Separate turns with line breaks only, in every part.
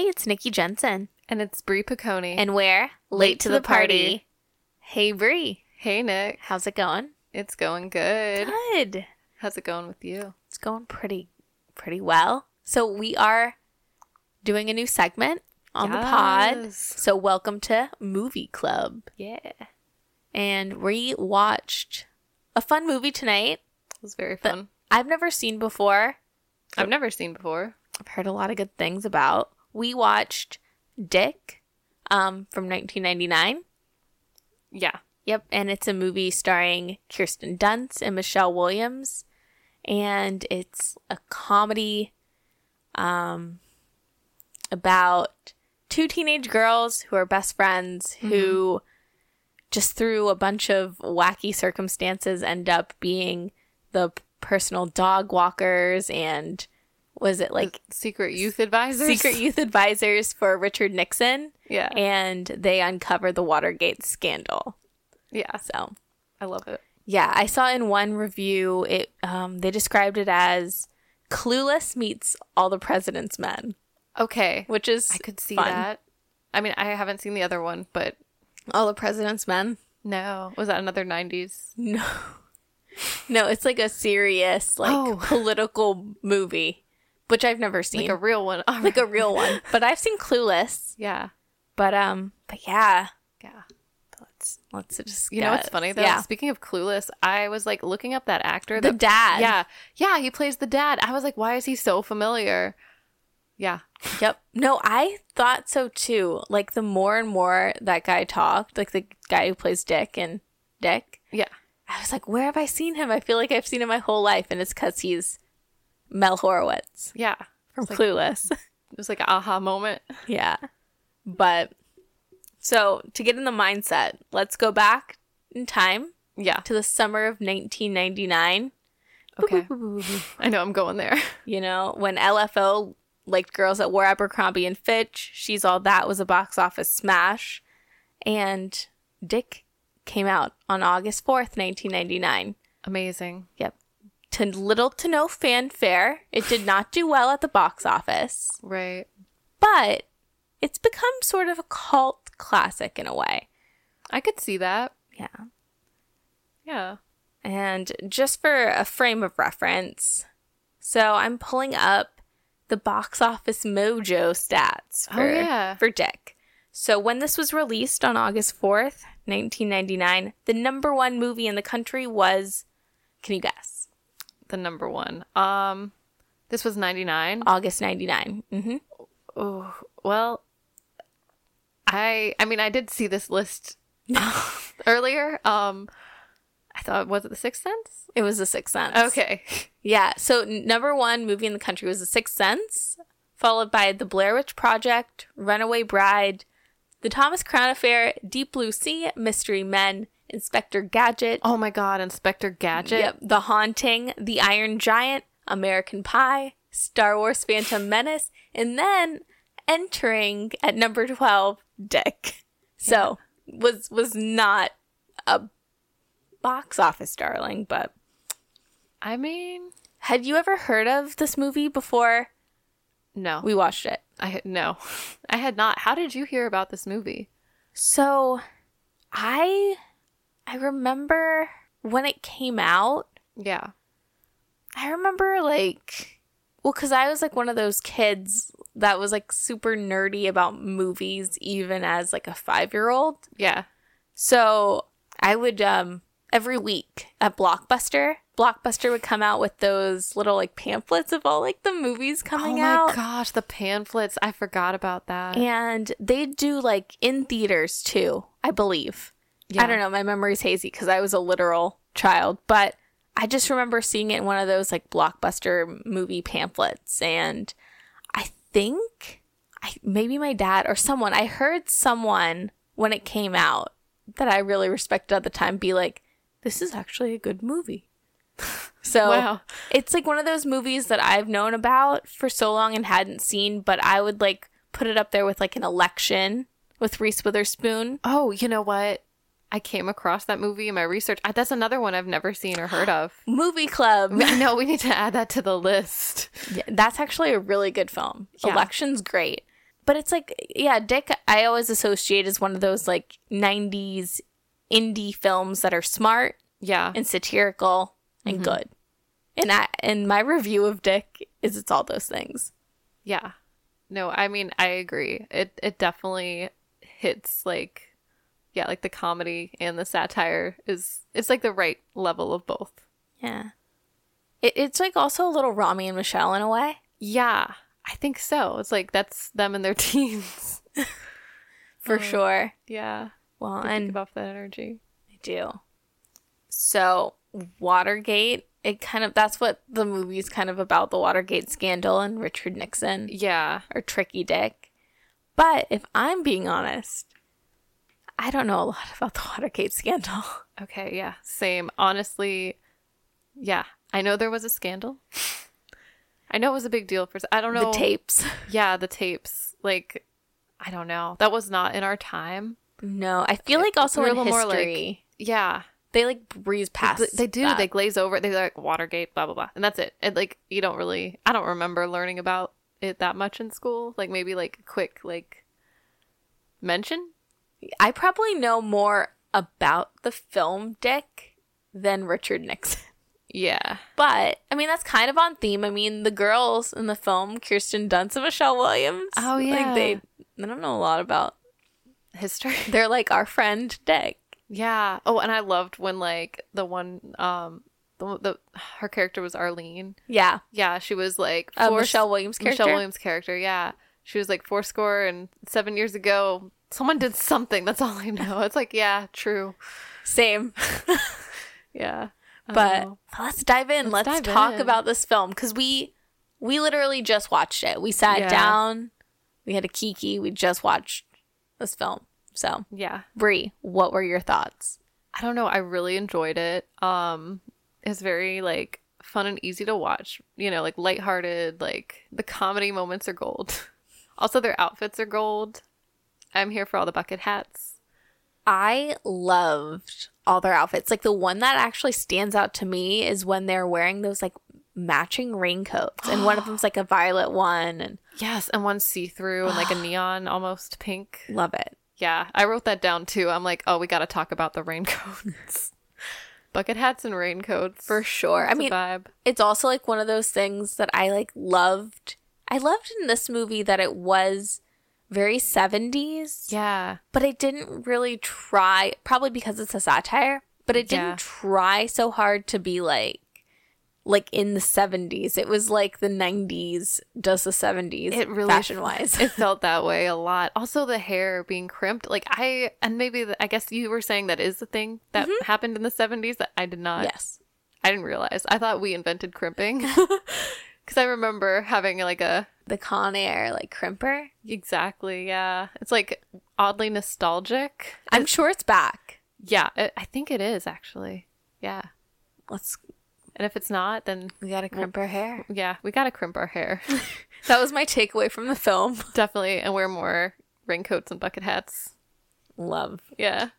It's Nikki Jensen.
And it's Brie Piccone.
And we're late, to, the, party. Hey, Brie.
hey, Nick,
How's it going?
it's going good.
Good.
How's it going with you?
It's going pretty, pretty well. So we are doing a new segment on the pod.
Yes.
So welcome to Movie Club.
Yeah, it
And we watched a fun movie tonight
was very fun.
I've never seen before.
I've never seen before.
I've heard a lot of good things about. We watched Dick um, from 1999.
Yeah,
Yep, and it's a movie starring Kirsten Dunst and Michelle Williams, and it's a comedy um, about two teenage girls who are best friends who just through a bunch of wacky circumstances end up being the personal dog walkers and was it like
secret youth advisors.
secret youth advisors for Richard Nixon
Yeah,
and they uncover the Watergate scandal.
yeah.
So
I love it.
yeah, I saw in one review it. Um, they described it as clueless meets all the president's men,
Okay,
which is
I could see
fun.
that. I mean, I haven't seen the other one, but
All the president's men.
no, was that another '90s?
No, no, it's like a serious, like
Oh.
political movie, which I've never seen,
Like a real one. All
like
right.
a real one. But I've seen Clueless.
yeah,
But um, but yeah,
yeah.
let's let's just
You know what's funny though?
Yeah,
Speaking of Clueless, I was like looking up that actor.
the
that-
dad.
Yeah, yeah. He plays the dad. I was like, why is he so familiar? Yeah,
Yep. No, I thought so too. Like the more and more that guy talked, like the guy who plays Dick and Dick,
yeah.
I was like, where have I seen him? I feel like I've seen him my whole life, and it's because he's Mel Horowitz
Yeah.
from Clueless.
It was like an aha moment.
yeah. But so to get in the mindset, let's go back in time
Yeah.
to the summer of 1999.
Okay. I know I'm going there.
You know, when LFO liked girls that wore Abercrombie and Fitch, She's All That was a box office smash, and Dick came out on August 4th, 1999.
Amazing.
Yep. To little to no fanfare, it did not do well at the box office,
Right.
but it's become sort of a cult classic in a way.
I could see that.
Yeah.
Yeah.
And just for a frame of reference, so I'm pulling up the box office mojo stats
Oh,
for,
yeah.
for Dick. So when this was released on August 4th, 1999, the number one movie in the country was, can you guess?
The number one. Um this was 99.
August 99. hmm
Oh, well I I mean I did see this list
Mm-hmm.
earlier. Um I thought was it The Sixth Sense?
It was The Sixth Sense.
Okay.
Yeah. So n- number one movie in the country was The Sixth Sense, followed by The Blair Witch Project, Runaway Bride, The Thomas Crown Affair, Deep Blue Sea, Mystery Men, Inspector Gadget,
Oh my god, Inspector Gadget.
yep, The Haunting, The Iron Giant, American Pie, Star Wars Phantom Menace, and then entering at number 12, Dick. So was was not a box office darling, but
I mean,
had you ever heard of this movie before
no.
we watched it?
I had no. I had not. How did you hear about this movie?
So I I remember when it came out,
Yeah.
I remember like well cuz I was like one of those kids that was like super nerdy about movies even as like a 5-year-old.
Yeah.
So I would um every week at Blockbuster, Blockbuster would come out with those little like pamphlets of all like the movies coming
Oh my
out.
gosh, the pamphlets. I forgot about that.
And they do like in theaters too, I believe. I
Yeah.
don't know. My memory's hazy because I was a literal child, but I just remember seeing it in one of those like blockbuster movie pamphlets. And I think I maybe my dad or someone, I heard someone when it came out that I really respected at the time be like, this is actually a good movie. So
Wow.
it's like one of those movies that I've known about for so long and hadn't seen, but I would like put it up there with like an election with Reese Witherspoon.
Oh, you know what? I came across that movie in my research. I, that's another one I've never seen or heard of.
Movie Club.
no, we need to add that to the list.
Yeah, That's actually a really good film.
Yeah.
Election's great. But it's like, yeah, Dick, I always associate as one of those like 90s indie films that are smart
Yeah.
and satirical and
Mm-hmm.
good. And I and my review of Dick is it's all those things.
Yeah. No, I mean, I agree. It it definitely hits like yeah, like the comedy and the satire is it's like the right level of both.
Yeah. It, it's like also a little Rami and Michelle in a way.
Yeah, I think so. It's like that's them in their teens.
For
Mm.
sure.
yeah.
Well,
They
and
give off that energy.
I do. So Watergate, it kind of that's what the movie's kind of about the Watergate scandal and Richard Nixon
Yeah.
or Tricky Dick. But if I'm being honest, I don't know a lot about the Watergate scandal.
Okay, yeah. Same. Honestly, yeah. I know there was a scandal. I know it was a big deal for I don't know.
The tapes.
Yeah, the tapes. Like I don't know. That was not in our time.
No, I feel like also
We're a
in
little more, like,
history
Yeah.
they like breeze past.
Gla- they do
that.
they glaze over it they're like watergate blah blah blah and that's it and like you don't really i don't remember learning about it that much in school like maybe like a quick like mention
I probably know more about the film Dick than Richard Nixon.
yeah
But I mean, that's kind of on theme. I mean, the girls in the film, Kirsten Dunst and Michelle Williams.
Oh,
like
yeah.
they I don't know a lot about.
history
They're like our friend Dick.
yeah oh and i loved when like the one um the, the her character was arlene
Yeah,
yeah she was like
uh,
four-
Michelle Williams character.
Michelle williams character yeah she was like four score and seven years ago someone did something that's all i know it's like yeah true
Same.
yeah I don't
but
know.
let's dive in. Let's,
Oh. Let's dive
talk
in.
about this film because we we literally just watched it. We sat
Yeah.
down, we had a kiki, we just watched this film. So,
yeah
Brie, what were your thoughts?
I don't know. I really enjoyed it. Um, it's very like fun and easy to watch. You know, like lighthearted. Like the comedy moments are gold. also, their outfits are gold. I'm here for all the bucket hats.
I loved all their outfits. Like the one that actually stands out to me is when they're wearing those like matching raincoats, and one of them's like a violet one, and
Yes, and one see through and like a neon almost pink.
love it.
Yeah, I wrote that down too. I'm like, oh, we got to talk about the raincoats, bucket hats, and raincoats
For sure. I
It's a
mean,
vibe.
it's also like one of those things that I like loved. I loved in this movie that it was very 70s,
Yeah,
but it didn't really try, probably because it's a satire, but it didn't
Yeah.
try so hard to be like like in the 70s. It was like the 90s does the 70s
It really-
fashion wise.
it felt that way a lot. Also, the hair being crimped. Like I, and maybe the, I guess you were saying that is the thing that happened in the seventies that I did not.
yes.
I didn't realize. I thought we invented crimping because I remember having like a
The Con Air like crimper.
exactly. Yeah, it's like oddly nostalgic.
I'm sure it's back.
Yeah, I I think it is actually. Yeah,
Let's
and if it's not, then
we got to crimp our hair.
yeah, we gotta crimp our hair
That was my takeaway from the film.
definitely, and wear more raincoats and bucket hats.
Love.
Yeah.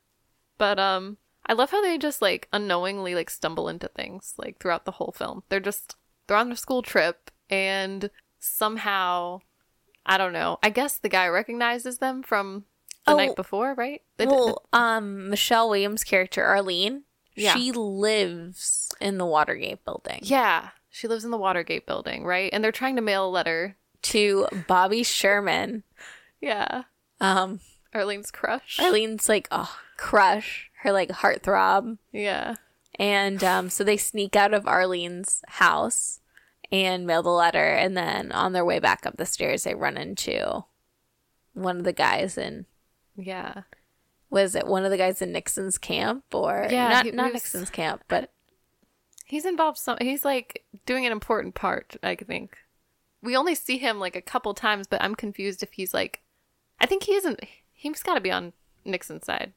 But um I love how they just like unknowingly like stumble into things like throughout the whole film. They're just they're on a school trip and somehow I don't know. I guess the guy recognizes them from the
Oh.
night before, right? The- the-
Well, um, Michelle Williams' character Arlene,
Yeah.
she lives in the Watergate building
yeah. She lives in the Watergate building, right? And they're trying to mail a letter.
to Bobby Sherman.
Yeah.
Um,
Arlene's crush.
Arlene's like, oh, crush her like heartthrob,
Yeah.
and um, so they sneak out of Arlene's house and mail the letter, and then on their way back up the stairs, they run into one of the guys in
Yeah.
was it one of the guys in Nixon's camp or
Yeah,
not
he
not
was-
Nixon's camp, but
He's involved some he's like doing an important part, I think. We only see him like a couple times, but I'm confused if he's like I think he isn't he's gotta be on Nixon's side.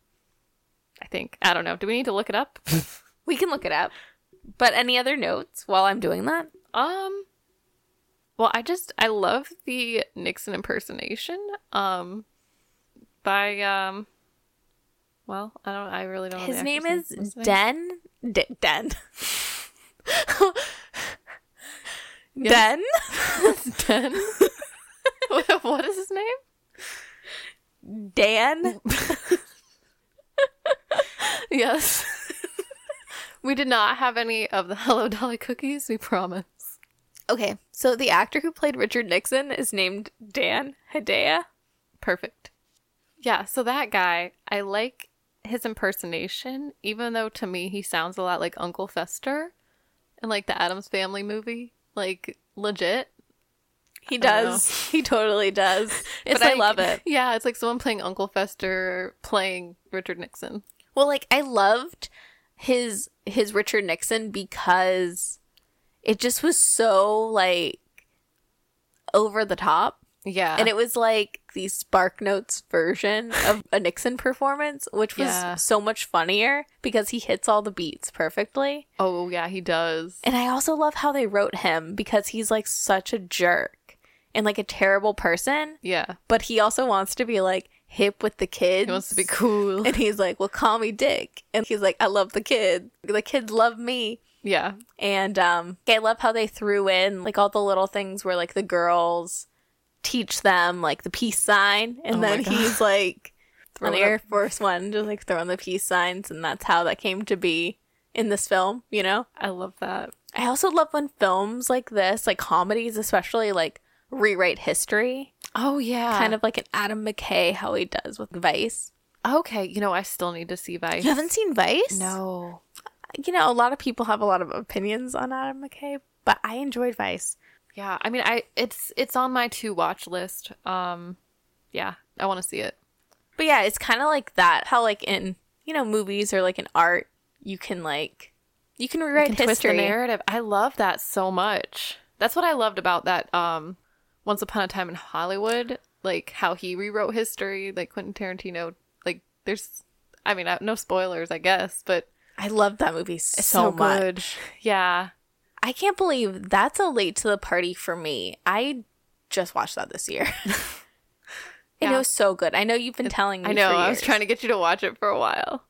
I think. I don't know. Do we need to look it up?
we can look it up. But any other notes while I'm doing that?
um Well, I just I love the Nixon impersonation. Um by um well, I don't I really don't know. the
His
actor's
name is
What's his name?
Den. D- Den. Den.
Den. what is his name?
Dan?
Yes. we did not have any of the Hello Dolly cookies, we promise.
Okay, so the actor who played Richard Nixon is named Dan Hedaya.
Perfect. Yeah, so that guy, I like his impersonation, even though to me he sounds a lot like Uncle Fester in like the Adams Family movie. Like legit.
He
don't
does. He totally does. It's,
But
I love it.
Yeah, it's like someone playing Uncle Fester playing Richard Nixon.
Well, like I loved his his Richard Nixon because it just was so like over the top.
Yeah.
And it was like the Spark Notes version of a Nixon performance, which was
Yeah.
so much funnier because he hits all the beats perfectly.
oh yeah, he does.
And I also love how they wrote him because he's like such a jerk and like a terrible person,
Yeah.
but he also wants to be like hip with the kids.
He wants to be cool.
And he's like, "Well, call me Dick." And he's like, "I love the kid. The kids love me."
yeah.
And um, I love how they threw in like all the little things where like the girls teach them like the peace sign, and
Oh my
then
God.
he's like on
Throw it
Air Force One, just like throwing the peace signs, and that's how that came to be in this film. You know,
I love that.
I also love when films like this, like comedies especially, like rewrite history,
Oh yeah.
kind of like an Adam McKay how he does with Vice.
Okay, you know, I still need to see Vice.
You haven't seen Vice?
No.
you know, a lot of people have a lot of opinions on Adam McKay, but I enjoyed Vice.
Yeah, I mean, I it's it's on my to watch list. Um, yeah, I want to see it.
But yeah, it's kind of like that. How like in you know movies or like in art, you can like you can rewrite
Can twist the
history.
narrative. I love that so much. That's what I loved about that. Um, Once Upon a Time in Hollywood, like how he rewrote history, like Quentin Tarantino. Like, there's, I mean, I, no spoilers, I guess, but
I love that movie so,
it's so,
much.
good. Yeah,
I can't believe that's a late to the party for me. I just watched that this year. And
Yeah.
it was so good. I know you've been telling me.
I know.
for
I was
years.
trying to get you to watch it for a while.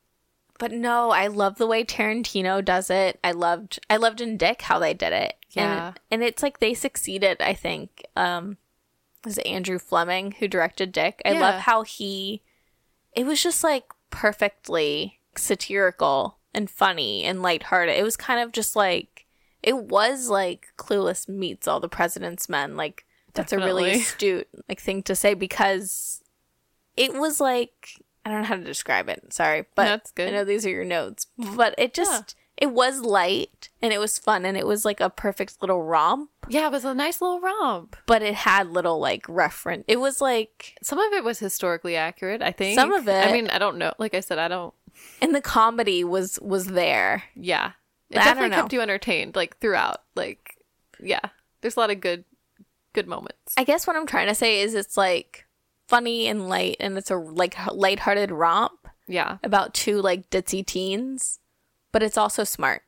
but no, I love the way Tarantino does it. I loved, I loved in Dick how they did it.
Yeah.
and, and it's like they succeeded. I think um, was it Andrew Fleming who directed Dick. I
Yeah.
love how he. It was just like perfectly satirical and funny and lighthearted. It was kind of just like it was like Clueless meets All the President's Men. Like that's a really
Definitely.
astute like thing to say because it was like I don't know how to describe it. Sorry, but
That's good.
I know these are your notes, but it just it was light and it was fun and it was like a perfect little romp,
Yeah, it was a nice little romp.
but it had little like reference. It was like
Some of it was historically accurate, I think.
Some of it-
I mean, I don't know. Like I said, I don't.
and the comedy was was there.
Yeah, it
I don't
definitely
know.
kept you entertained like throughout. Like, yeah, there's a lot of good, good moments.
I guess what I'm trying to say is it's like funny and light and it's a like lighthearted romp
Yeah,
about two like ditzy teens, but it's also smart,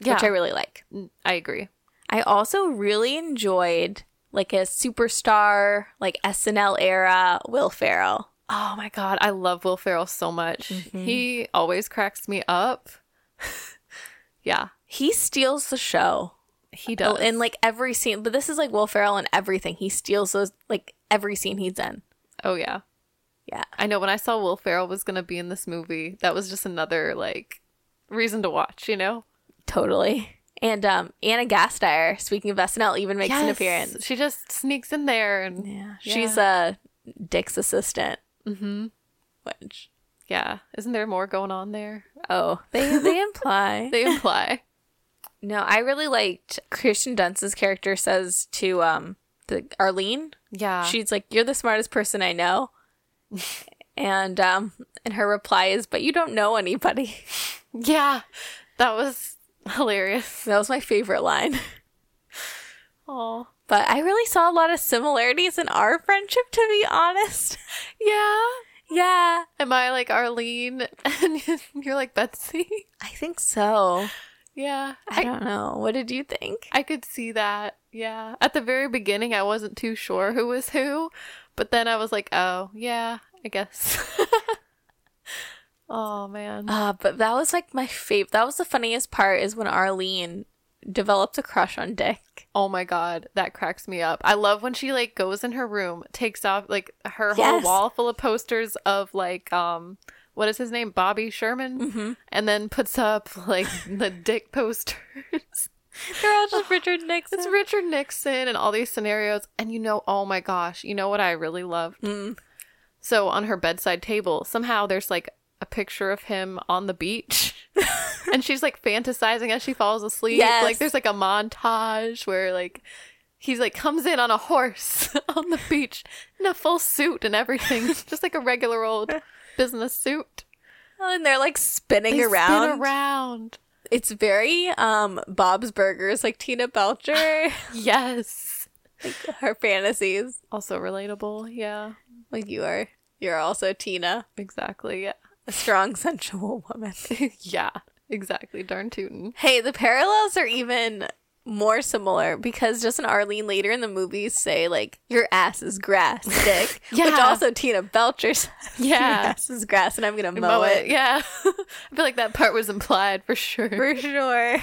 yeah,
which I really like.
Mm, I agree.
I also really enjoyed like a superstar, like SNL era Will Ferrell.
Oh my god, I love Will Ferrell so much.
Mm-hmm.
He always cracks me up. yeah,
He steals the show Oh,
he does.
in like every scene, but this is like Will Ferrell in everything. He steals those like every scene he's in.
oh yeah,
Yeah.
I know. When I saw Will Ferrell was gonna be in this movie, that was just another like reason to watch. You know,
Totally. And um Anna Gasteyer, speaking of SNL, even makes an
Yes,
appearance.
She just sneaks in there and
Yeah. Mm-hmm. She's uh Dick's assistant.
hmm
Which
yeah. Isn't there more going on there?
oh, they they imply.
They imply.
no, I really liked Christian Dunst's character says to um the Arlene,
yeah.
she's like you're the smartest person i know and um and her reply is but you don't know anybody
Yeah, that was hilarious.
that was my favorite line
Oh,
but i really saw a lot of similarities in our friendship to be honest
yeah.
yeah
Am I like Arlene and you're like Betsy?
i think so
Yeah,
i
I,
don't know what did you think
I could see that. Yeah. At the very beginning, I wasn't too sure who was who, but then I was like, oh, yeah, I guess. oh, man.
uh but that was like my favorite that was the funniest part is when arlene developed a crush on dick
Oh my god, that cracks me up. I love when she like goes in her room, takes off like her whole
Yes.
wall full of posters of like um what is his name? Bobby Sherman and then puts up like the dick posters.
They're all just Richard Nixon.
It's Richard Nixon and all these scenarios and you know, oh my gosh, you know what I really loved?
Mm-hmm.
So on her bedside table, somehow there's like a picture of him on the beach. and she's like fantasizing as she falls asleep.
Yes.
Like there's like a montage where like he's like comes in on a horse on the beach in a full suit and everything. Just like a regular old business suit.
and they're like spinning
They spin
around.
around.
It's very um Bob's Burgers, like Tina Belcher,
Yes.
her fantasies.
Also relatable. Yeah.
Like you are, you're also Tina,
Exactly. Yeah.
a strong, sensual woman.
yeah. Exactly. Darn tootin'.
Hey, the parallels are even more similar because doesn't Arlene later in the movie say like your ass is grass, dick? Which
Yeah.
also Tina Belcher says your
Yeah.
ass is grass and I'm gonna mow,
Mow
it.
it. Yeah. I feel like that part was implied for sure.
For sure.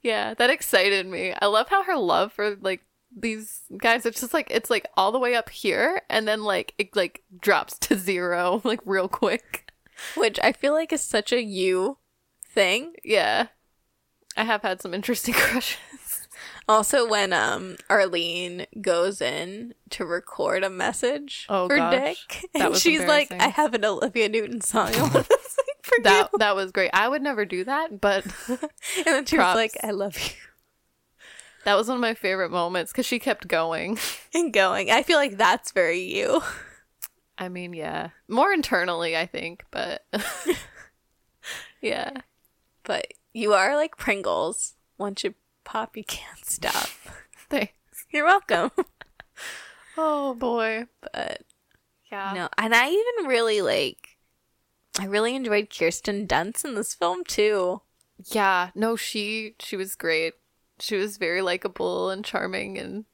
Yeah, that excited me. I love how her love for like these guys it's just like it's like all the way up here and then like it like drops to zero like real quick.
Which I feel like is such a you thing.
Yeah. I have had some interesting crushes.
Also when um Arlene goes in to record a message
Oh,
for
gosh.
Dick.
That
And
was
she's like, I
embarrassing.
have an Olivia Newton song I wanna sing for
That that was great. I would never do that, but
you. And then she was
props.
like, I love you.
that was one of my favorite moments cuz she kept going.
And going. I feel like that's very you.
I mean, yeah. More internally, I think, but yeah.
but you are like Pringles. Once you pop, you can't stop.
Thanks.
You're welcome.
Oh boy.
but
Yeah.
no, and I even really like. I really enjoyed Kirsten Dunst in this film too.
Yeah, no, she she was great. She was very likable and charming and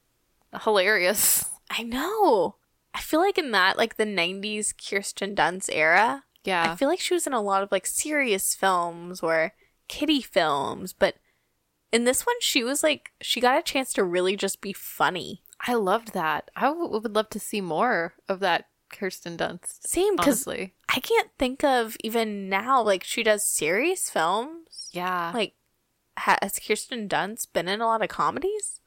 hilarious.
I know. I feel like in that like the '90s Kirsten Dunst era, I
Yeah.
feel like she was in a lot of like serious films or kiddie films, but in this one she was like she got a chance to really just be funny.
I, loved that. I w- would love to see more of that Kirsten Dunst.
Same because
Honestly.
I can't think of even now like she does serious films.
Yeah. Like,
Like, ha- has Kirsten Dunst been in a lot of comedies?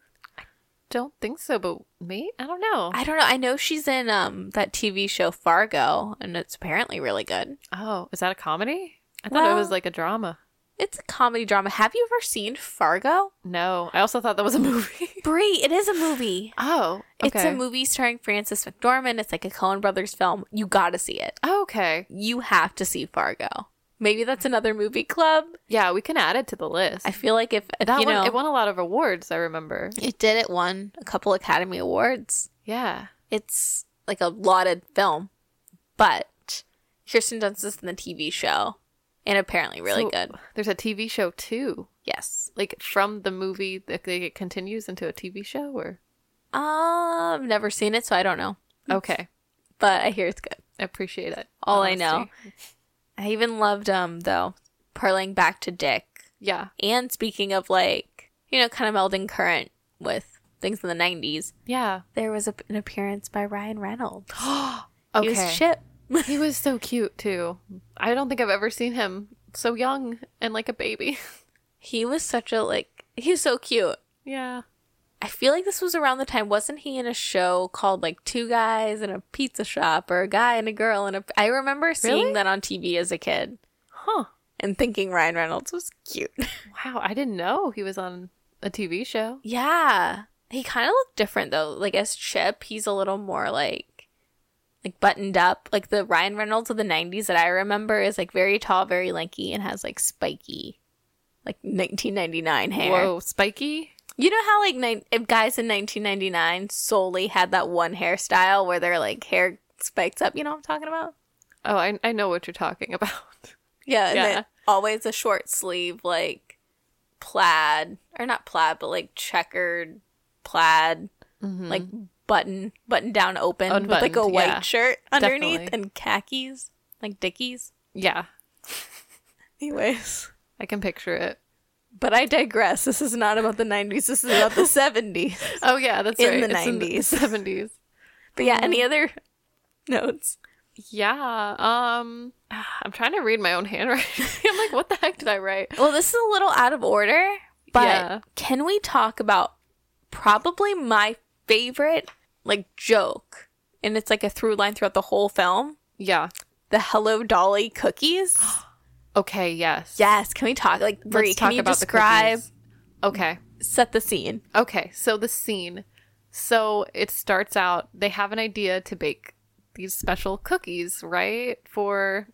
don't think so, but me? I don't know.
I don't know. I know she's in um that TV show Fargo, and it's apparently really good.
oh, is that a comedy? I thought it was
Well-
like a drama.
It's a comedy drama. Have you ever seen Fargo?
No, I also thought that was a movie.
Brie, it is a movie.
oh,
It's a movie starring Francis McDormand. It's like a Coen Brothers film. You gotta see it.
Oh, okay.
You have to see Fargo. Maybe that's another movie club.
Yeah, we can add it to the list.
I feel like if, if
that
you
one
know,
it won a lot of awards, I remember.
it did. It won a couple Academy Awards.
Yeah.
it's like a lauded film, but Kirsten Dunst is in the TV show and apparently really
So,
good.
There's a TV show too.
Yes.
like from the movie that they- it continues into a TV show or
Um, I've never seen it, so I don't know,
okay
but I hear it's good.
I appreciate it
All I know. I even loved um though parlaying back to Dick
yeah
and speaking of like you know kind of melding current with things in the '90s.
yeah
There was a, an appearance by Ryan Reynolds.
okay
He was Chip.
he was so cute too I don't think I've ever seen him so young and like a baby
He was such a like. He's so cute.
yeah
I feel like this was around the time wasn't he in a show called like Two Guys in a Pizza Shop or a guy and a girl and a I remember seeing
Really?
that on TV as a kid
huh
and thinking Ryan Reynolds was cute.
wow I didn't know he was on a TV show
yeah. He kind of looked different though. Like as Chip, he's a little more like like buttoned up. Like the Ryan Reynolds of the 90s that I remember is like very tall, very lanky and has like spiky like 1999 hair.
whoa spiky
You know how like nine if guys in 1999 solely had that one hairstyle where their like hair spikes up. You know what I'm talking about?
oh I, I know what you're talking about
Yeah. And
Yeah.
Then always a short sleeve like plaid or not plaid but like checkered plaid like button button down open with like a
Unbuttoned,
white
Mm-hmm. yeah.
shirt underneath
Definitely.
and khakis like dickies.
yeah
Anyways,
I can picture it
But I digress. This is not about the 90s. This is about the 70s.
Oh yeah, that's
In
right.
the 90s.
It's seventies.
But yeah,
Mm-hmm.
any other notes?
Yeah. Um, I'm trying to read my own handwriting. I'm like, what the heck did I write?
Well, this is a little out of order, but
Yeah.
can we talk about probably my favorite like joke? And it's like a through line throughout the whole film.
Yeah.
The Hello Dolly cookies.
Okay. Yes.
yes, can we talk like Brie,
Let's
can
talk
you
about the
describe
cookies. Okay.
set the scene?
Okay, so the scene. So it starts out, they have an idea to bake these special cookies, right? For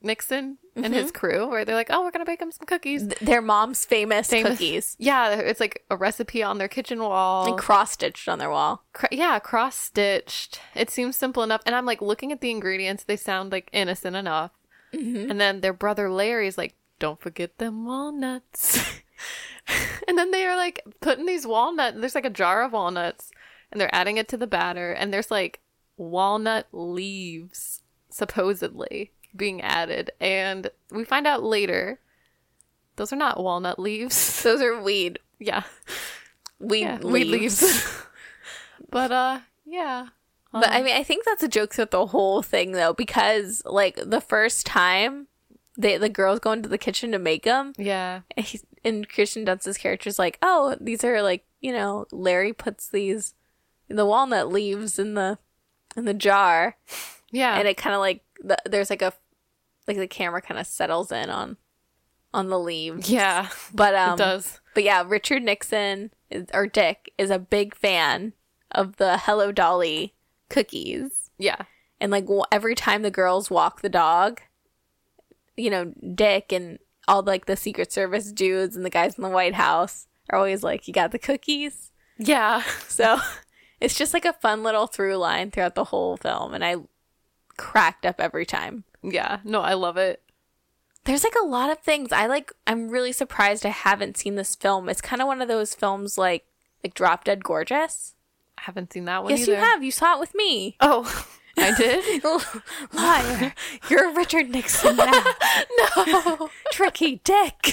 Nixon and his crew, right? They're like, oh, we're going to bake him some cookies.
Th- their mom's famous,
Famous-
cookies.
Yeah, it's like a recipe on their kitchen wall.
Like cross stitched on their wall.
Cr- yeah, cross stitched. It seems simple enough. And I'm like looking at the ingredients, they sound like innocent enough.
Mm-hmm.
And then their brother Larry's like, don't forget them walnuts. and then they are like putting these walnuts, there's like a jar of walnuts, and they're adding it to the batter, and there's like walnut leaves supposedly being added. And we find out later those are not walnut leaves.
Those are weed.
yeah.
Weed,
yeah,
leaves.
weed leaves. but uh yeah.
But I mean, I think that's a joke throughout the whole thing, though, because like the first time they, the girls go into the kitchen to make them,
Yeah.
and, he's, and Christian Dunst's character's like, "Oh, these are like you know, Larry puts these the walnut leaves in the in the jar,
Yeah.
and it kind of like the, there's like a like the camera kind of settles in on on the leaves,
yeah.
but um,
it does.
but yeah, Richard Nixon is, or Dick is a big fan of the Hello Dolly cookies."
Yeah.
and like w- every time the girls walk the dog you know dick and all like the secret service dudes and the guys in the white house are always like you got the cookies
Yeah.
so it's just like a fun little through line throughout the whole film and i cracked up every time
Yeah. No, I love it.
there's like a lot of things i like i'm really surprised i haven't seen this film it's kind of one of those films like like drop dead gorgeous
I haven't seen that one
yes
either.
you have you saw it with me
Oh. I did?
Liar. You're Richard Nixon now. no. Tricky dick.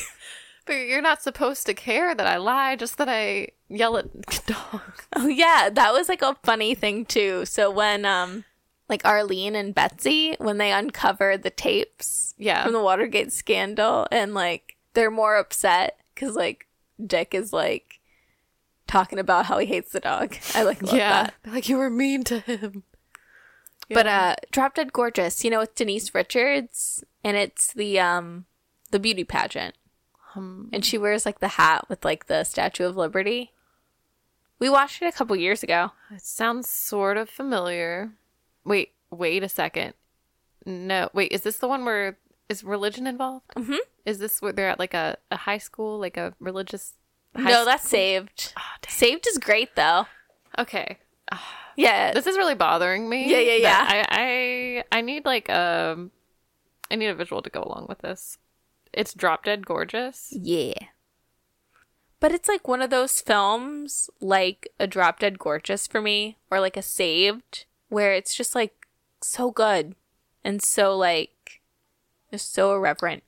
but you're not supposed to care that I lie, just that I yell at dogs.
Oh yeah, that was like a funny thing too. So when um like Arlene and Betsy, when they uncover the tapes
Yeah.
from the Watergate scandal and like they're more upset cuz like Dick is like talking about how he hates the dog. I like love
yeah.
that.
Like you were mean to him.
But uh Drop Dead Gorgeous, you know, with Denise Richards and it's the um the beauty pageant.
Um,
and she wears like the hat with like the Statue of Liberty. We watched it a couple years ago.
it sounds sort of familiar. Wait, wait a second. No, wait, is this the one where is religion involved? Mm-hmm. Is this where they're at like a, a high school, like a religious high
no, that's saved. saved is great though.
Okay.
Yeah,
This is really bothering me.
Yeah, yeah,
that I, I I need like um I need a visual to go along with this. It's drop dead gorgeous.
yeah. But it's like one of those films, like a Drop Dead Gorgeous for me, or like a Saved, where it's just like so good and so like just so irreverent.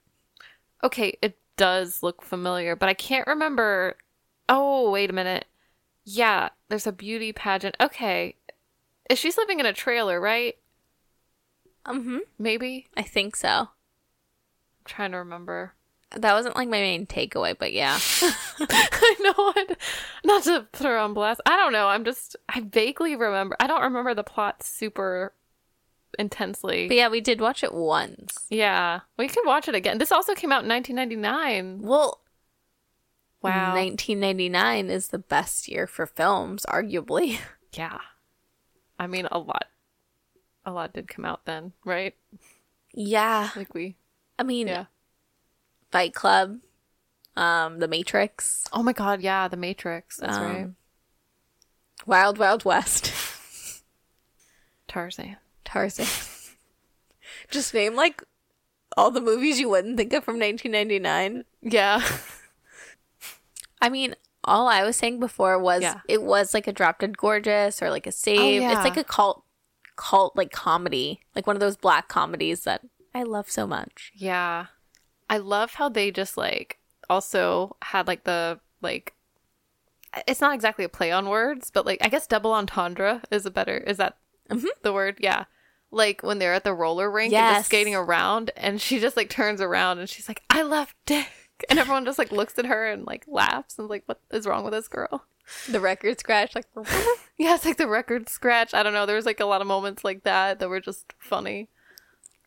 Okay, it does look familiar, but I can't remember. Oh, wait a minute. Yeah, there's a beauty pageant. Okay. Is she's living in a trailer, right?
Mm-hmm.
Maybe.
I think so.
I'm trying to remember.
That wasn't like my main takeaway, but yeah.
I know it. Not to put her on blast. I don't know. I'm just I vaguely remember. I don't remember the plot super intensely.
But yeah, we did watch it once.
Yeah, we can watch it again. This also came out in 1999.
Well,
Wow.
1999 is the best year for films, arguably.
yeah. I mean, a lot, a lot did come out then, right?
Yeah.
Like we,
I mean,
yeah.
Fight Club, um, The Matrix,
Oh my God, yeah, The Matrix. That's
Um,
right.
Wild Wild West,
Tarzan.
Tarzan. Just name like all the movies you wouldn't think of from 1999.
Yeah.
I mean, all I was saying before was
Yeah.
it was like a Drop Dead Gorgeous or like a Save.
yeah.
It's like a cult, cult like comedy, like one of those black comedies that I love so much.
Yeah. I love how they just like also had like the like it's not exactly a play on words, but like I guess double entendre is a better is that
Mhm.
the word? Yeah. Like when they're at the roller rink and
Yes.
just skating around and she just like turns around and she's like, I love dick and everyone just like looks at her and like laughs and is like, What is wrong with this girl?
The record scratch, like
Yeah, it's like the record scratch. I don't know, there was like a lot of moments like that that were just funny.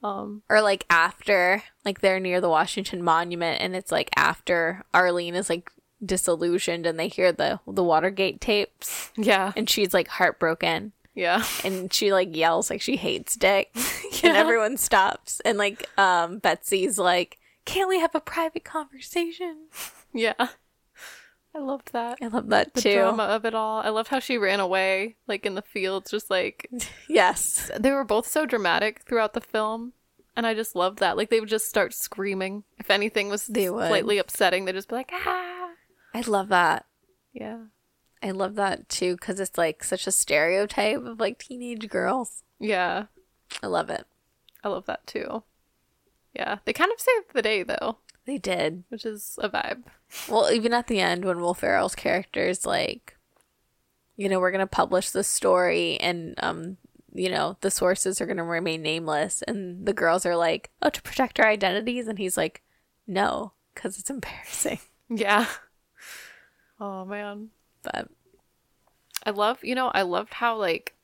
Um
or like after like they're near the Washington Monument and it's like after Arlene is like disillusioned and they hear the the Watergate tapes
yeah.
and she's like heartbroken
Yeah.
and she like yells like she hates Dick and
Yeah.
everyone stops and like um Betsy's like can't we have a private conversation?
Yeah. I loved that.
I love that
The
too.
drama of it all. I loved how she ran away, like in the fields, just like
Yes.
they were both so dramatic throughout the film and i just loved that like they would just start screaming if anything was
They would.
slightly upsetting they'd just be like ah
I love that.
yeah
I love that too cuz it's like such a stereotype of like teenage girls.
yeah
I love it.
i love that too yeah they kind of saved the day though
They did.
which is a vibe
Well, even at the end when Will Ferrell's character is like, you know, we're gonna publish this story, and um, you know, the sources are gonna remain nameless, and the girls are like, oh, to protect our identities, and he's like, no, because it's embarrassing.
yeah oh man
But
I love, you know, I loved how like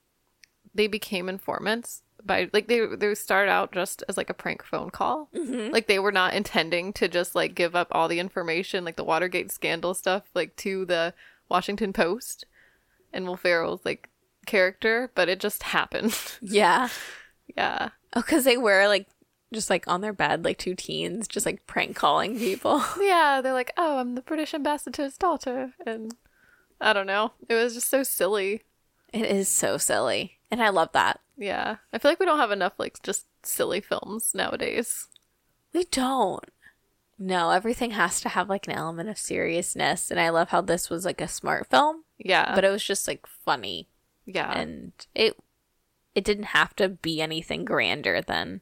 they became informants by like they they started out just as like a prank phone call.
Mm-hmm.
Like they were not intending to just like give up all the information, like the Watergate scandal stuff, like to the Washington Post and Will Ferrell's like character, but it just happened.
yeah,
yeah.
oh, because they were like, just like on their bed, like two teens, just like prank calling people.
Yeah, they're like, "Oh, I'm the British ambassador's daughter." And I don't know. It was just so silly.
it is so silly, and I love that.
Yeah. I feel like we don't have enough like just silly films nowadays.
We don't. No, everything has to have like an element of seriousness, and I love how this was like a smart film.
Yeah.
but it was just like funny
yeah.
and it it didn't have to be anything grander than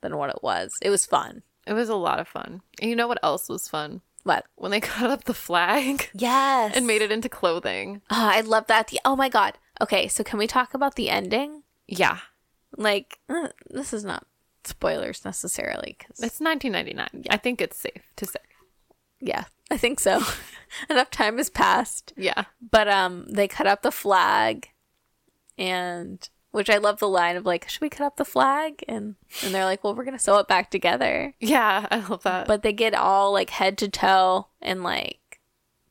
than what it was it was fun
It was a lot of fun. And you know what else was fun?
but
When they cut up the flag
yes
and made it into clothing.
oh, i love that the, oh my god okay so can we talk about the ending
Yeah.
like eh, this is not spoilers necessarily because
It's 1999. I think it's safe to say.
yeah i think so enough time has passed
Yeah.
but um they cut up the flag and which i love the line of like should we cut up the flag and and they're like well we're gonna sew it back together
Yeah, I love that.
but they get all like head to toe in like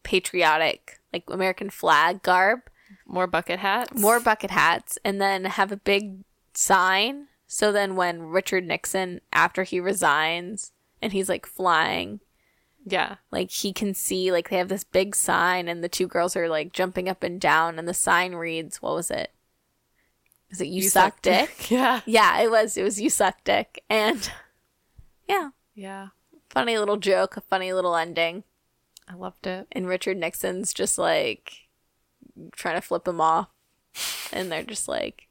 patriotic like american flag garb
more bucket hats.
more bucket hats and then have a big sign so then when richard nixon after he resigns and he's like flying
Yeah.
like he can see like they have this big sign and the two girls are like jumping up and down and the sign reads what was it is it you, suck, dick
yeah.
yeah it was it was you suck dick and yeah
Yeah.
funny little joke a funny little ending
I loved it.
and Richard Nixon's just like trying to flip him off, and they're just like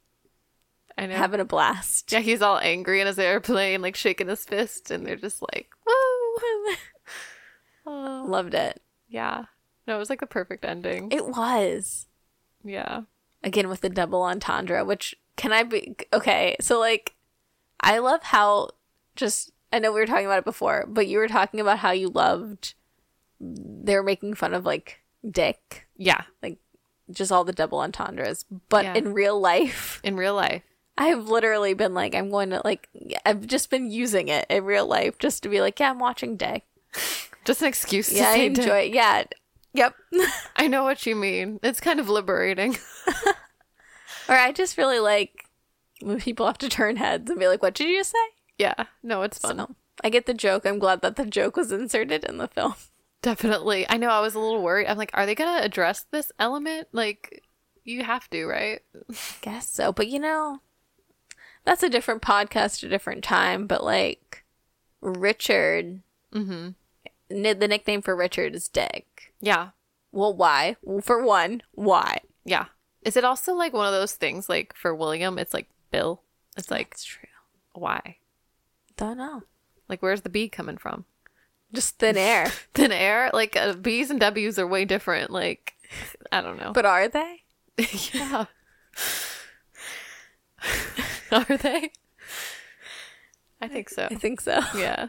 I know.
having a blast.
yeah, he's all angry in his airplane, like shaking his fist, and they're just like, woo. Oh,
Loved it.
yeah. No, it was like the perfect ending.
It was
yeah.
again with the double entendre, which can I be okay? So like, I love how just I know we were talking about it before, but you were talking about how you loved they were making fun of like Dick,
Yeah.
just all the double entendres, but
Yeah.
in real life.
In real life.
I've literally been like, I'm going to like, I've just been using it in real life just to be like, yeah, I'm watching Dick.
Just an excuse to
Yeah, I
say dick.
enjoy it. Yeah. Yep.
I know what you mean. It's kind of liberating.
or I just really like when people have to turn heads and be like, what did you just say?
yeah. No, it's fun.
So I get the joke. I'm glad that the joke was inserted in the film.
Definitely. I know I was a little worried. I'm like, are they going to address this element? Like, you have to, right?
Guess so. But you know, that's a different podcast, a different time. But like, Richard, Mm-hmm.
Mhm.
n- the nickname for Richard is Dick.
Yeah.
Well, why? Well, for one, why?
Yeah. Is it also like one of those things, like for William, it's like Bill? It's like,
true.
why?
Don't know.
Like, where's the B coming from?
Just thin air.
Than air, like uh, B's and W's are way different. Like, I don't know.
But are they?
yeah. are they? I think so.
I think so.
yeah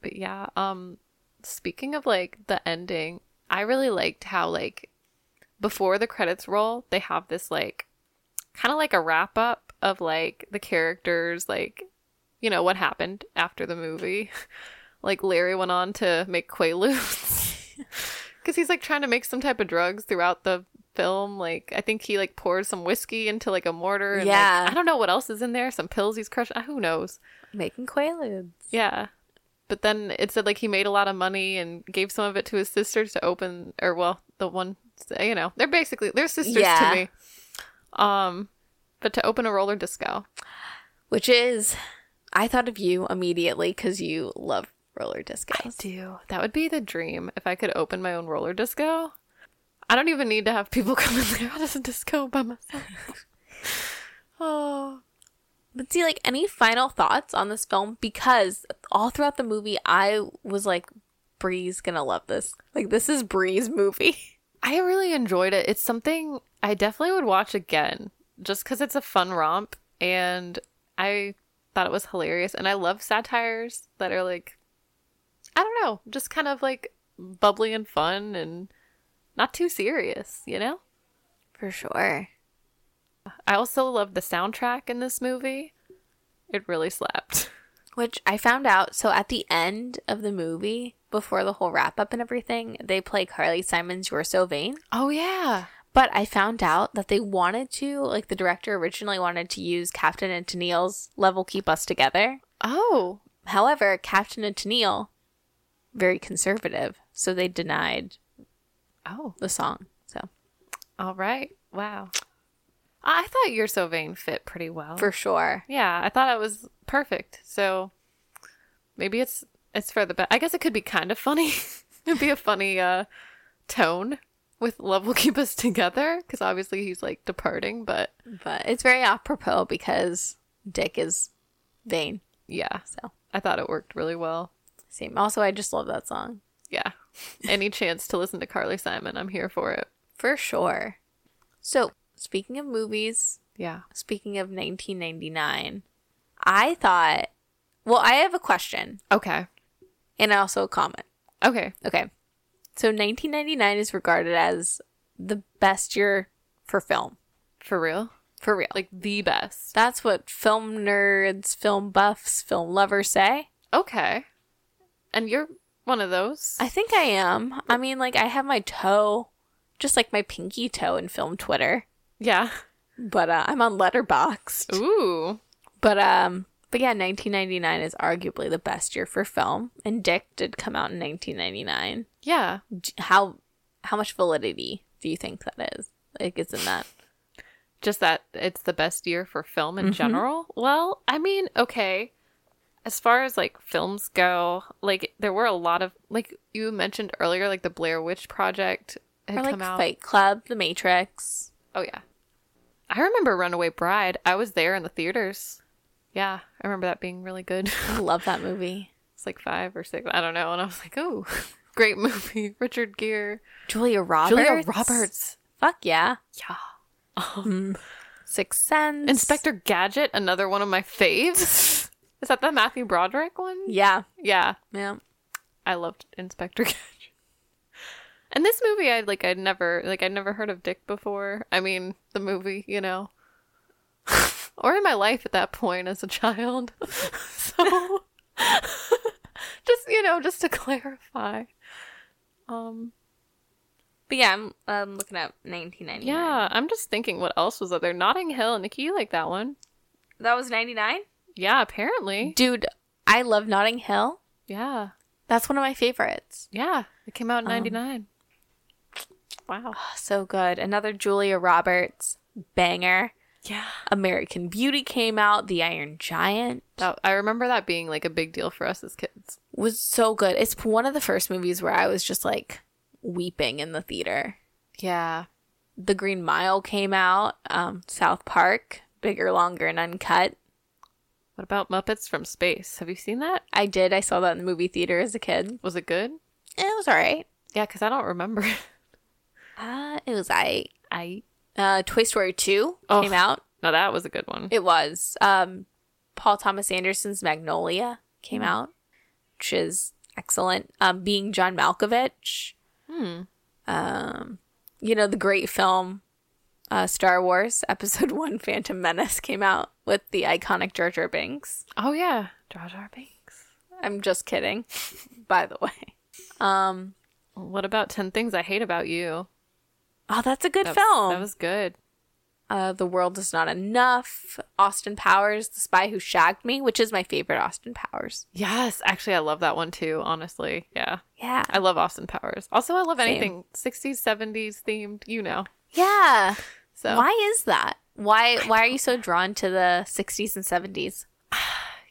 but yeah um speaking of like the ending i really liked how like before the credits roll they have this like kind of like a wrap up of like the characters like you know what happened after the movie like larry went on to make quaaludes because he's like trying to make some type of drugs throughout the film like i think he like pours some whiskey into like a mortar and like,
Yeah.
i don't know what else is in there some pills he's crushing who knows
Making quaaludes.
yeah. But then it said like he made a lot of money and gave some of it to his sisters to open or well, the one you know, they're basically they're sisters
Yeah.
to me. Um but to open a roller disco.
Which is, I thought of you immediately because you love roller discos.
do. That would be the dream if I could open my own roller disco. I don't even need to have people come in there. I'll just disco by myself. oh.
But see, like, any final thoughts on this film? Because all throughout the movie, I was like, Bree's gonna love this. Like, this is Bree's movie.
I really enjoyed it. It's something I definitely would watch again just because it's a fun romp and I thought it was hilarious. And I love satires that are like, I don't know, just kind of like bubbly and fun and not too serious, you know?
For sure.
I also love the soundtrack in this movie. It really slapped.
Which I found out. So at the end of the movie, before the whole wrap up and everything, they play Carly Simon's You're So Vain.
Oh, yeah.
But I found out that they wanted to, like, the director originally wanted to use Captain and Tennille's Level Keep Us Together.
Oh,
However, Captain and Tennille, very conservative, so they denied
oh.
the song. So
All right. Wow. I I thought You're So Vain fit pretty well.
for sure.
Yeah, I thought it was perfect. So maybe it's it's for the best. I guess it could be kind of funny. It'd be a funny uh tone with love will keep us together because obviously he's like departing, but
But it's very apropos because Dick is vain.
yeah,
So
I thought it worked really well.
same. Also, I just love that song.
Yeah. Any chance to listen to Carly Simon, I'm here for it.
For sure. So speaking of movies,
Yeah.
speaking of 1999, I thought, well, I have a question
Okay.
and also a comment.
Okay.
Okay. So 1999 is regarded as the best year for film.
For real?
For real.
Like the best.
That's what film nerds, film buffs, film lovers say.
Okay. And you're one of those.
I think I am. I mean, like, I have my toe, just like my pinky toe in film Twitter,
yeah.
but uh, I'm on Letterboxd.
Ooh.
But, um, but yeah, 1999 is arguably the best year for film, and Dick did come out in 1999.
Yeah.
D- How, how much validity do you think that is? Like, isn't that?
just that it's the best year for film in
Mm-hmm.
general well i mean okay as far as like films go like there were a lot of like you mentioned earlier like the blair witch project had
Or like
come out
Fight Club, The Matrix.
oh yeah i remember runaway bride i was there in the theaters yeah i remember that being really good
I love that movie.
it's like five or six i don't know and i was like oh great movie richard gere
Julia Roberts.
julia roberts
Fuck yeah. Um, Mm.
yeah
Sixth Sense.
inspector gadget another one of my faves is that the matthew broderick one
Yeah.
yeah
Yeah.
I loved Inspector Gadget. And this movie, I like. I'd never like. I'd never heard of Dick before. I mean, the movie, you know, or in my life at that point as a child. so, just you know, just to clarify. Um.
But yeah, I'm um, looking up 1999.
Yeah, I'm just thinking, what else was out there? Notting Hill, Nikki, you like that one?
That was 99?
Yeah, apparently.
Dude, I love Notting Hill.
Yeah,
That's one of my favorites.
yeah. It came out in '99. Wow.
Oh, so good. Another Julia Roberts banger.
Yeah.
American Beauty came out. The Iron Giant
That, I remember that being like a big deal for us as kids.
was so good. It's one of the first movies where I was just like weeping in the theater.
Yeah.
The Green Mile came out. Um, South Park, bigger, longer, and uncut.
What about Muppets from Space? Have you seen that?
I did. I saw that in the movie theater as a kid.
Was it good?
Eh, It was all right.
Yeah, because I don't remember.
Uh, it was I.
I
Uh, Toy Story 2
Oh.
came out.
no, that was a good one.
It was. Um, Paul Thomas Anderson's Magnolia came out, which is excellent. Um, being John Malkovich.
Hmm.
Um, you know, the great film uh, Star Wars Episode 1 Phantom Menace came out with the iconic Jar Jar Binks.
Oh yeah, Jar Jar Binks.
I'm just kidding, by the way. Um,
What about Ten Things I Hate About You?
oh, that's a good
That,
film.
That was good.
uh, the World Is Not Enough, Austin Powers, The Spy Who Shagged Me, which is my favorite Austin Powers.
Yes, actually, I love that one too. Honestly, yeah,
Yeah.
I love Austin Powers. Also, I love
Same.
anything '60s, '70s themed. You know,
Yeah.
so
Why is that? Why why are you so drawn to the 60s and 70s?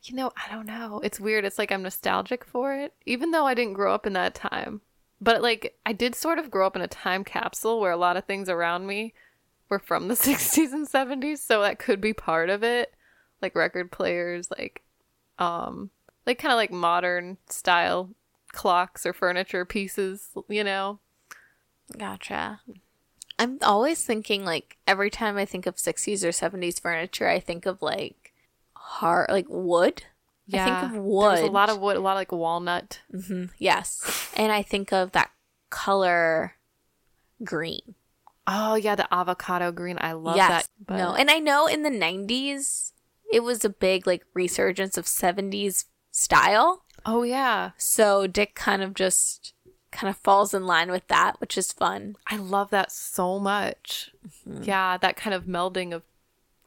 you know, I don't know. It's weird. It's like I'm nostalgic for it, even though I didn't grow up in that time. But like, I did sort of grow up in a time capsule where a lot of things around me were from the 60s and 70s, so that could be part of it. Like record players, like, um, like kind of like modern style clocks or furniture pieces, you know?
Gotcha. I'm always thinking like every time I think of 60s or 70s furniture, I think of like hard like wood. I think of wood.
There's a lot of wood, a lot of like walnut.
Mhm, yes. And I think of that color green.
Oh yeah, the avocado green. I love
yes.
that. But
No. And I know in the 90s it was a big like resurgence of 70s style.
oh yeah.
So Dick kind of just kind of falls in line with that, which is fun.
I love that so much.
Mm-hmm.
Yeah, that kind of melding of,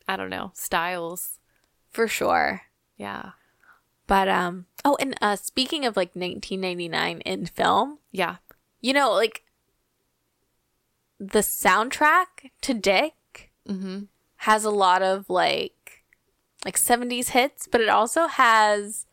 I don't know, styles.
for sure.
Yeah.
But um oh and uh speaking of like 1999 in film,
Yeah.
you know like the soundtrack to Dick
Mm-hmm.
has a lot of like like 70s hits, but it also has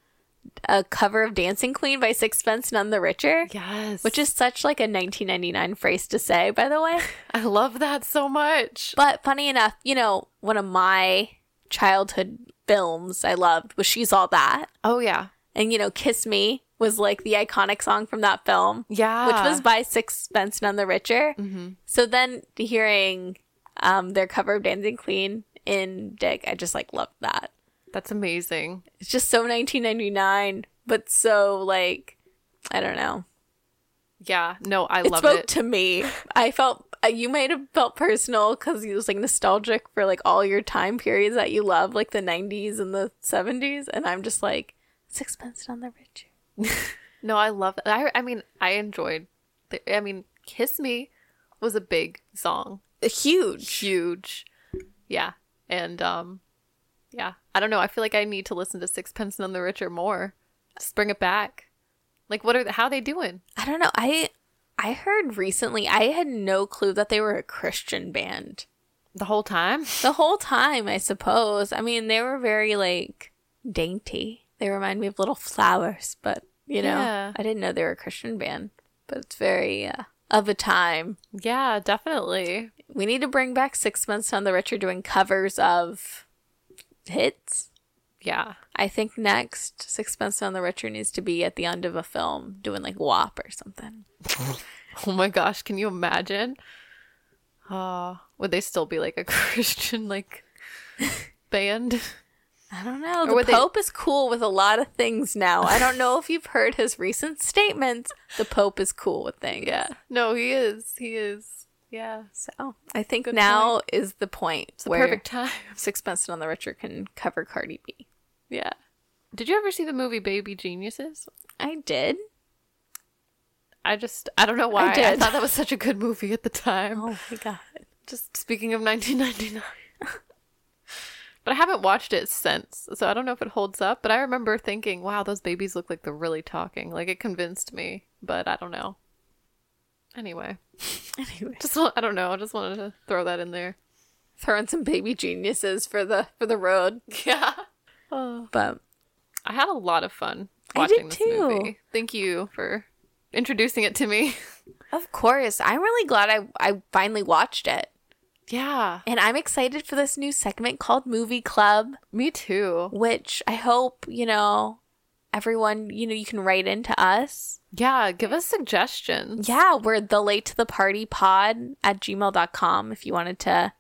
a cover of Dancing Queen by Sixpence None the Richer,
Yes.
which is such like a 1999 phrase to say, by the way.
I love that so much.
But funny enough, you know, one of my childhood films I loved was She's All That.
Oh, yeah.
and you know kiss me was like the iconic song from that film
Yeah.
which was by sixpence none the richer
Mm-hmm.
so then hearing um, their cover of dancing queen in dick i just like loved that
That's amazing.
it's just so 1999 but so like i don't know
Yeah. No, I
it
love
spoke
it.
to me i felt uh, you might have felt personal because it was like nostalgic for like all your time periods that you love like the 90s and the 70s and i'm just like sixpence none the richer
no, I love that. I, I mean, I enjoyed. The, I mean, Kiss Me was a big song.
huge
Huge. Yeah. And, um, yeah. I don't know. I feel like I need to listen to Sixpence None the Richer more. Just bring it back. Like, what are, how they doing?
I don't know. I I heard recently I had no clue that they were a Christian band.
The whole time?
The whole time, I suppose. I mean, they were very like dainty. They remind me of little flowers, but you know,
Yeah.
I didn't know they were a Christian band. But it's very uh, of a time.
Yeah, definitely.
We need to bring back Six Months on the Richer doing covers of hits.
Yeah.
I think next Six Months on the Richer needs to be at the end of a film doing like WAP or something.
Oh my gosh, can you imagine? Uh, would they still be like a Christian like band?
I don't know.
would
the
they-
Pope is cool with a lot of things now. I don't know if you've heard his recent statements. The Pope is cool with things. Yeah.
No, he is. He is. Yeah.
So I think now is the point
It's the
where
perfect time.
Sixpence on the Richer can cover Cardi B.
Yeah. Did you ever see the movie Baby Geniuses?
I did.
I just I don't know why. I,
did.
thought that was such a good movie at the time.
Oh my god.
Just speaking of 1999. but I haven't watched it since, so I don't know if it holds up, but I remember thinking, wow, those babies look like they're really talking. Like it convinced me, but I don't know. Anyway,
Anyway,
just I don't know, I just wanted to throw that in there.
throwing some baby geniuses for the for the road,
Yeah.
but
I had a lot of fun
I did
watching this
too.
movie. Thank you for introducing it to me.
of course, I'm really glad I I finally watched it.
Yeah.
And I'm excited for this new segment called Movie Club,
Me too.
which I hope, you know, everyone, you know, you can write into us.
Yeah. Give us suggestions.
Yeah, we're the late to the party pod at gmail.com if you wanted to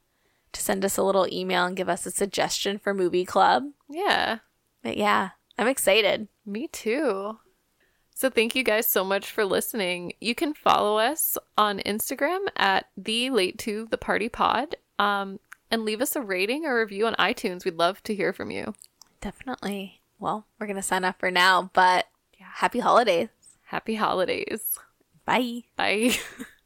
to send us a little email and give us a suggestion for movie club.
Yeah.
But yeah, I'm excited.
Me too. So thank you guys so much for listening. You can follow us on Instagram at the late to the party pod. Um, and leave us a rating or review on iTunes. We'd love to hear from you.
Definitely. Well, we're going to sign off for now, but happy holidays.
Happy holidays.
Bye.
Bye.